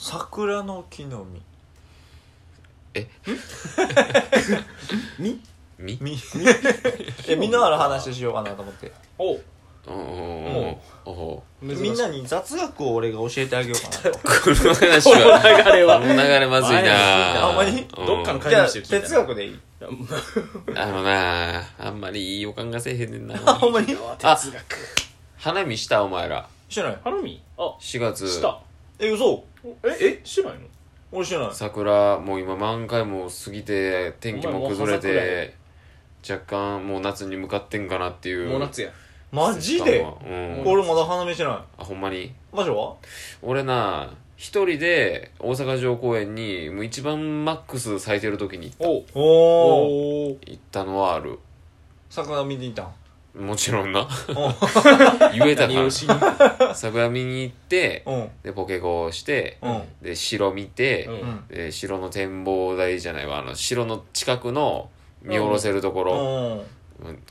桜の木の実み み実え実のある話しようかなと思っておうおおおおみんなに雑学を俺が教えてあげようかなと この話このは流れこはの流れまずいなあほんまにうんどっかの会じ話ゃあしてる聞いた哲学でいいあのなあんまりいい予感がせえへんねんなあほんまにあ 哲学花見したお前らしてないハラミあ4月したえ嘘ええしてないの俺してない桜もう今満開も過ぎて天気も崩れお前もう葉て若干もう夏に向かってんかなっていうもう夏やマジでうん俺まだ花見してないあほんまにマジは俺な一人で大阪城公園にもう一番マックス咲いてる時におうおおおお行ったのはある桜見に行ったんもちろんなう 言えた何をかしにら桜見に行ってんうんでポケゴをしてうんで城見て、うんうんで城の展望台じゃないわあの城の近くの見下ろせるところ、うん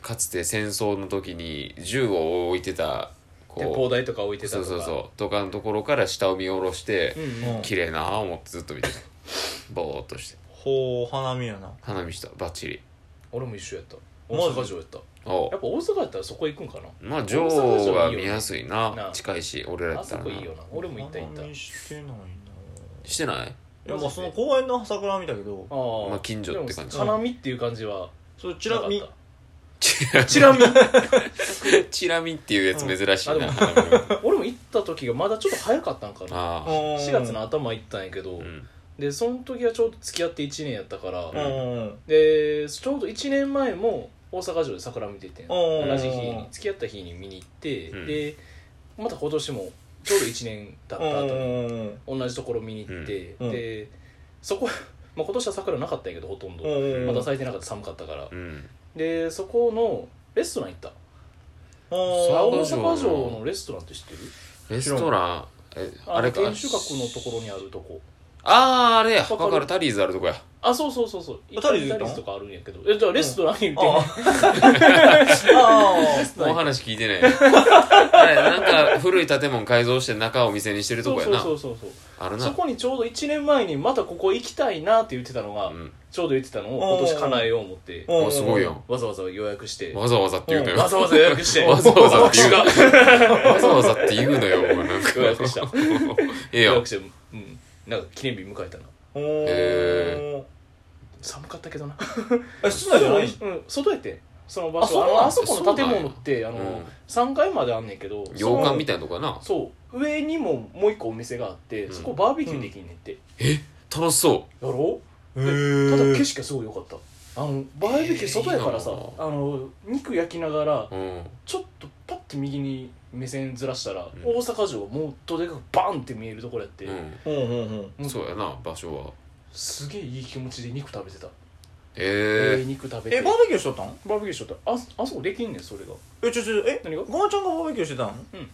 かつて戦争の時に銃を置いてたこう鉄砲台とか置いてそたとうかそうそうとかのところから下を見下ろして、うんうん綺麗なあ思ってずっと見てたぼーっとしてほう花見やな花見したバッチリ俺も一緒やったマジ大阪城やったおやっぱ大阪やったらそこ行くんかまあ大阪城女いいよね王が見やすいななあ近いし俺らなやあっそたらこないいよな俺も行った行った花見してないなしてないいやまあその公園の桜は見たけどああまあ近所って感じでも花見っていう感じはそれちなかっらたみチラ見チラ見っていうやつ珍しいな、うんあ花見 俺も行った時がまだちょっと早かったんかなああ4 4月の頭行ったんやけど、うんでその時はちょうど付き合って1年やったから、うんうんでちょうど1年前も大阪城で桜見ててんおー同じ日に付き合った日に見に行って、うんでまた今年もちょうど1年経った後に、うん同じところ見に行って、うんでそこ、 まあ、今年は桜なかったんやけどほとんど、うんまだ咲いてなかった寒かったから、うんでそこのレストラン行った桜青城大阪城のレストランって知ってるレストランえああれれか天守閣のところにあるとこあああれやわかるわかるタリーズあるとこやあそうそうそうそうイタタリーリズ行ったのーズとかあるんやけどえじゃあレストランに行あっあてあもう話聞い てないあれなんか古い建物改造して中をお店にしてるとこそうやそうなそうそうそうあるなそこにちょうど1年前にまたここ行きたいなって言ってたのが、うんちょうど言ってたのを今年叶えよう思ってああすごいやんわざわざ予約してわわざわざって言うのよざわざ予約して わざわざって言うがわざわざって言うのよもうなんか予 約したええ予やん約してうんなんか記念日迎えたなへへ寒かったけどなえ室内じゃないうん外やってその場所ああそうなんのあそこの建物ってあうのん3階まであんねんけど洋館みたいなとこやなそう上にももう一個お店があってうんそこバーベキューできんねんって楽しそやろへうただ景ー色がすごい良かったあのバーベキュー外やからさえーいいあの肉焼きながらううんちょっとパッて右に目線ずらしたらん大阪城もっとでかくバンって見えるところやってううんうんんそうやな場所はすげえいい気持ちで肉食べてたえええ肉食べえてバーベキューしとったんバーベキューしとったああそこできんねんそれがえちょちょえ何がごまちゃんがバーベキューしてたんうん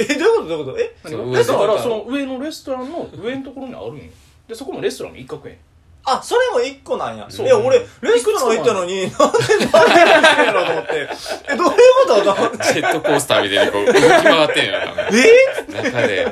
えどういうことどういうことええそのえ上だとそうからその上のレストランの上のところにあるんよでそこもレストランの一角やんあそれも一個なんやそうえ俺レストラン行ったのになんでバーベキューやろうと思ってえどういうことだと思ってジェットコースターみたいにこう動き回ってんやろなえ中で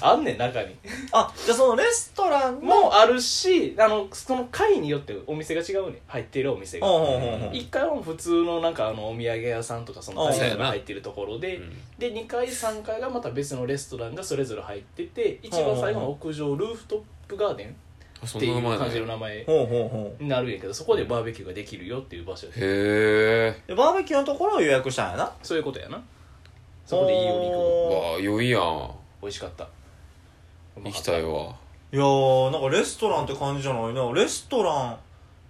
あんねん中にあじゃあそのレストランのもあるしあのその階によってお店が違うねん入ってるお店うがんうんうんうん1階は普通のなんかあのお土産屋さんとかそのあタイそう料や理なが入ってるところで、うんで2階3階がまた別のレストランがそれぞれ入ってて一番最後の屋上ルーフトップガーデンあそってんいな前うだ感じのね名前ほうほうほうになるんやけどそこでバーベキューができるよっていう場所やへでバーベキューのところを予約したんやなそういうことやなそこでいいお肉もえわあ良いやん美味しかった行きたいわいやーなんかレストランって感じじゃないなレストラン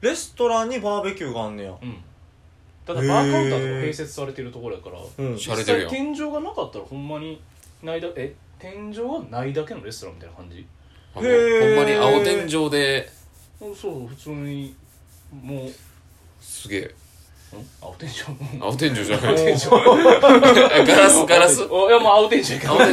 レストランにバーベキューがあんねやうんただバーカウンターとか併設されてるところやからうんしゃれ実てるや際ん天井がなかったらほんまにないだえ天井がないだけのレストランみたいな感じあのへーほんまに青天井でそうそう普通にもうすげえん青天井もう青天井じゃな青い天井ガラスガラスあいやもう青天井やけど青天井うん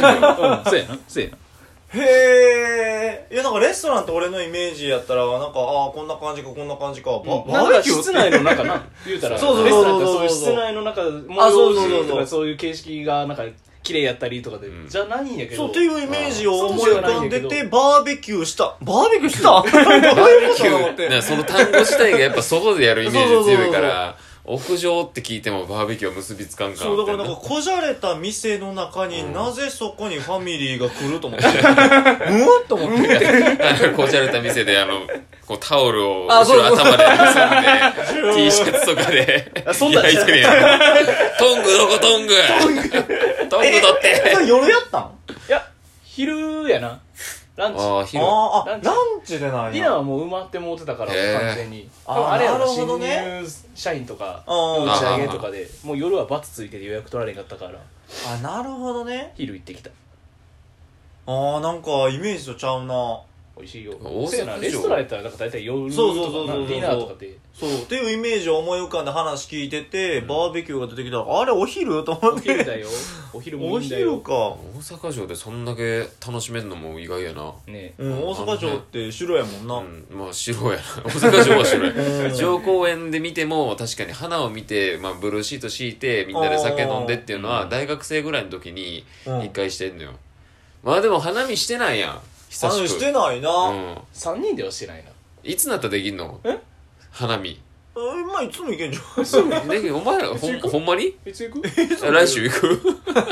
そうやなそうやなへえいやなんかレストランって俺のイメージやったらなんかああこんな感じかこんな感じかバなバんーベかキューっ室て内の中な言うたらそうそうそうそうレストランってそういう室内の中模あそうそうそう様式とかそういう形式がなんか綺麗やったりとかで、うんじゃないんやけどそうっていうイメージを思い浮かんでてうバーベキューしたバーベキューしたバ ーベキューだってだからその単語自体がやっぱ外でやるイメージ強いから屋上って聞いてもバーベキューは結びつかんからそうだからなんかこじゃれた店の中に、うんなぜそこにファミリーが来ると 思ってうんと思ってあ のこじゃれた店であのこうタオルをあ後そうろ頭で結 んうで T シャツとかであそんなん焼いてるやんトングどこトングトング取ってそれ夜やったんいや昼やなランチああ広いあーラあンチランチでないディナーはもう埋まってもうてたからへー完全にあー多分あれやなろる新ほどね入社員とかうん打ち上げとかでもう夜はバツついてて予約取られへんかったからあなるほどね昼行ってきたあーなんかイメージとちゃうな美味しいよ大阪そうやな城レストランやったらなんか大体夜とそうそうそうかそうなディナーとかでそうっていうイメージを思い浮かんで話聞いてて、バーベキューが出てきたらあれお昼と思おっ昼てだよお昼もおいいんだよ昼か大阪城でそんだけ楽しめるのも意外やなねうん、大阪城って白やもんな、うん、まあ白やな大阪城は白うんい城公園で見ても確かに花を見て、まあ、ブルーシート敷いてみんなで酒飲んでっていうのうはん大学生ぐらいの時にうん一回してんのよ、まあでも花見してないやん久あしのくしてないな、うん、 3人ではしてないないつになったらできんのえ花 見うん、まあいつも行けんじゃん できんお前らほんほんまに別に行く来週行く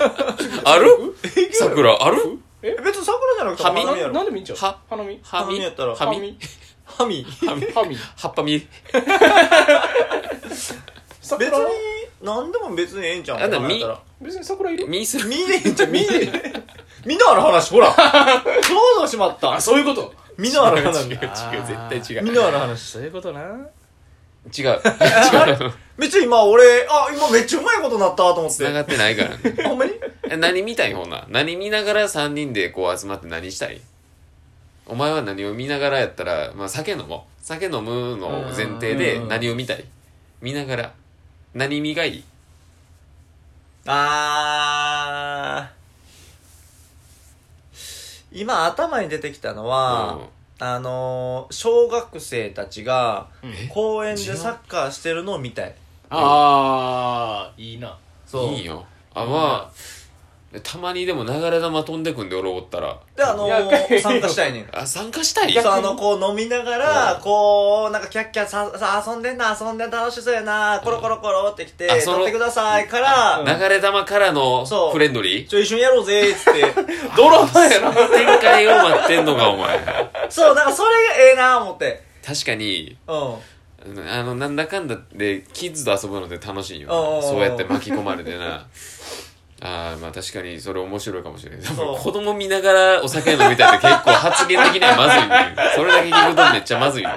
ある桜あるえ別に桜じゃなくてもはみ花見やなろんでもいいんちゃうは花見は花見みやったらはみはみ花見葉っぱみ別桜に何でも別にええんちゃうんあんな花やったら別に桜いるみする見えへんじゃん見えへん見なある話 ほらそうだしまったあそういうこと見なある話違う違見う絶対違うなある話そういうことな 違う違う別に今俺あ今めっちゃうまいことなったと思っ 繋がてってないからね ほんまにえ何見たいほんなら何見ながら3人でこう集まって何したいお前は何を見ながらやったら、まあ、酒飲もう酒飲むのを前提でうん何を見たい見ながら何見がいいあー今頭に出てきたのは、あのー小学生たちがうんえ公園でサッカーしてるのを見たいああいいなそういいよあまあたまにでも流れ玉飛んでくんで俺おったらであのいやー、参加したいねんあ参加したいそうあのこう飲みながら、うんこうなんかキャッキャささ遊んでんな遊んでん楽しそうやなコロコロコロってきて、あその取ってくださいから、うん流れ玉からのそうフレンドリーちょ一緒にやろうぜっつって 泥棒や な展開を待ってんのかお前そうなんかそれがええな思って確かにうんあのなんだかんだでキッズと遊ぶのって楽しいよおうおうおなうそうやって巻き込まれてなあーまあ確かにそれ面白いかもしれないでもそう子供見ながらお酒飲みたいって結構発言的にはまずいねそれだけ聞くとめっちゃまずいね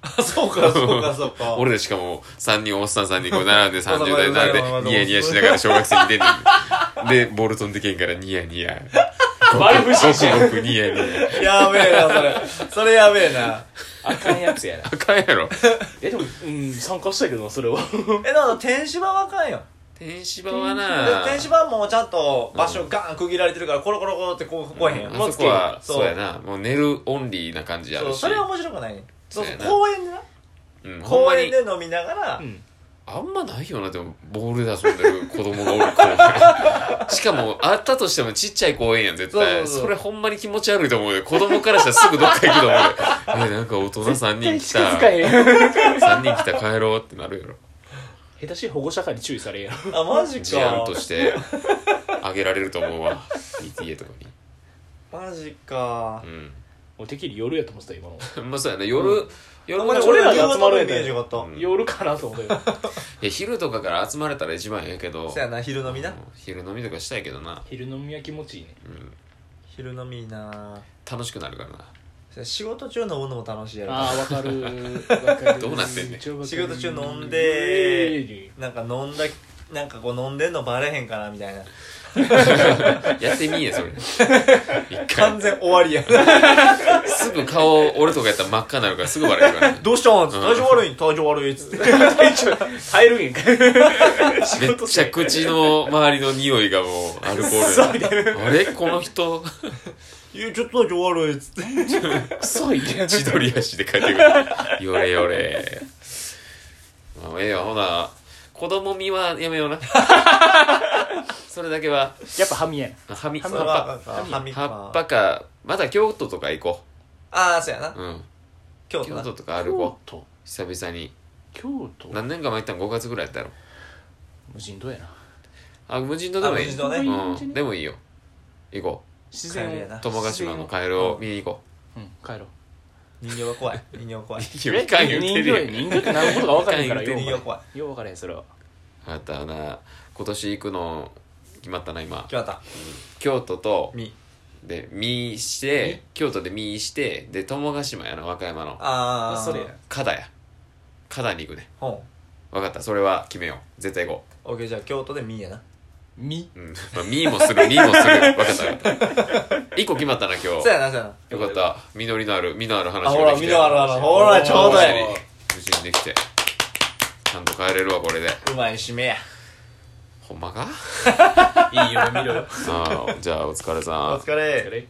あそうかそうかそう か 俺でしかも3人おっさん3人こう並んで30代まだまだまだ並まんだでニヤニヤしながら小学生に出てるでボルトンでけんからニヤニヤ丸不ご くごくニヤニヤ やべえなそれそれやべえなあかんやつやなあかんや ろえでもうん参加したけどなそれはえだから天芝はあかんよ天芝ではな天芝はもうちゃんと場所ガン区切られてるからコロコロコロってこう来えへん、うんもあうそこはそうそうやなもう寝るオンリーな感じやそるうしそれは面白くないねんそうそうそうやな公園でなうんほん公ま園にで飲みながら、うんあんまないよな、でも、ボールで遊んでる子供がおる公 園。しかも、あったとしてもちっちゃい公園やん、絶対。そそうそうそうれほんまに気持ち悪いと思うよ。子供からしたらすぐどっか行くと思うよ。え、なんか大人3人 来近づかた。へん 3人来た、帰ろうってなるやろ。下手しい保護者会に注意されんやろあマジ事案かとして、あげられると思うわ。PTA とかに。マジかもうてっきり夜やと思ってた今のうん。まあそうやな、夜、夜おま前で俺俺ららがが集集ままるるやイメーつやジがあった、うん夜かなと思っ たよいや昼とかから集まれたら一番ええけど。そやな昼飲みな、うん昼飲みとかしたいけどな。昼飲みは気持ちいいねうん。昼飲みいいな楽しくなるからな。そや仕事中飲むのも楽しいやろああわか るわかるどうなってんねん仕仕事中飲んでなんか飲んだなんかこう飲んでんのバレへんかなみたいなやってみえ、それ。一回完。全終わりや すぐ顔、俺とかやったら真っ赤になるからすぐバレるから ね。どうしたんつってうん体調悪いん体調悪いっつって入るんやんかめっちゃ口の周りの匂いがもうアルコールやあれこの人、いやちょっと体調悪いっ つってクソい ね千鳥足で帰ってくる。よれよれ。まあ、ええよ、ほな、子供見はやめ ようなそれだけはやっぱ歯見えんはみ葉っそぱれは葉っ葉っぱかまだ京都とか行こああそうやなう、うん、京都京な都とか歩こう京都久々に京都何年か前行ったの5月ぐらいやったやろ無人島やなあ無人島でもいいあ無人島ねうん、でもいいよ行こ自然帰るやなう友ヶ島のカエルを見に行こうん帰ろう人形が怖い人形が怖いう人いやいかん言うてるやんえ人形人形って何のことか分からへんからいかよ形がう怖いよう分からへんそれはあったな今年行くの決まったな今決まった京都とみで見して京都で見してで友ヶ島やな和歌山のああそれや加田や加田に行くねほん分かったそれは決めよう絶対行こ OK じゃあ京都でみやなみううんまあ見も する見もする分かった分かった1個決まったな今そ日うやなそうやなよかった実りのある実のあるあ話ほがらでき見てるあるあるほらちょうど無や事に無事にできてちゃんと帰れるわこれでうまい締めやほんまか いいよ見ろよああじゃあお疲れさんお疲れ それ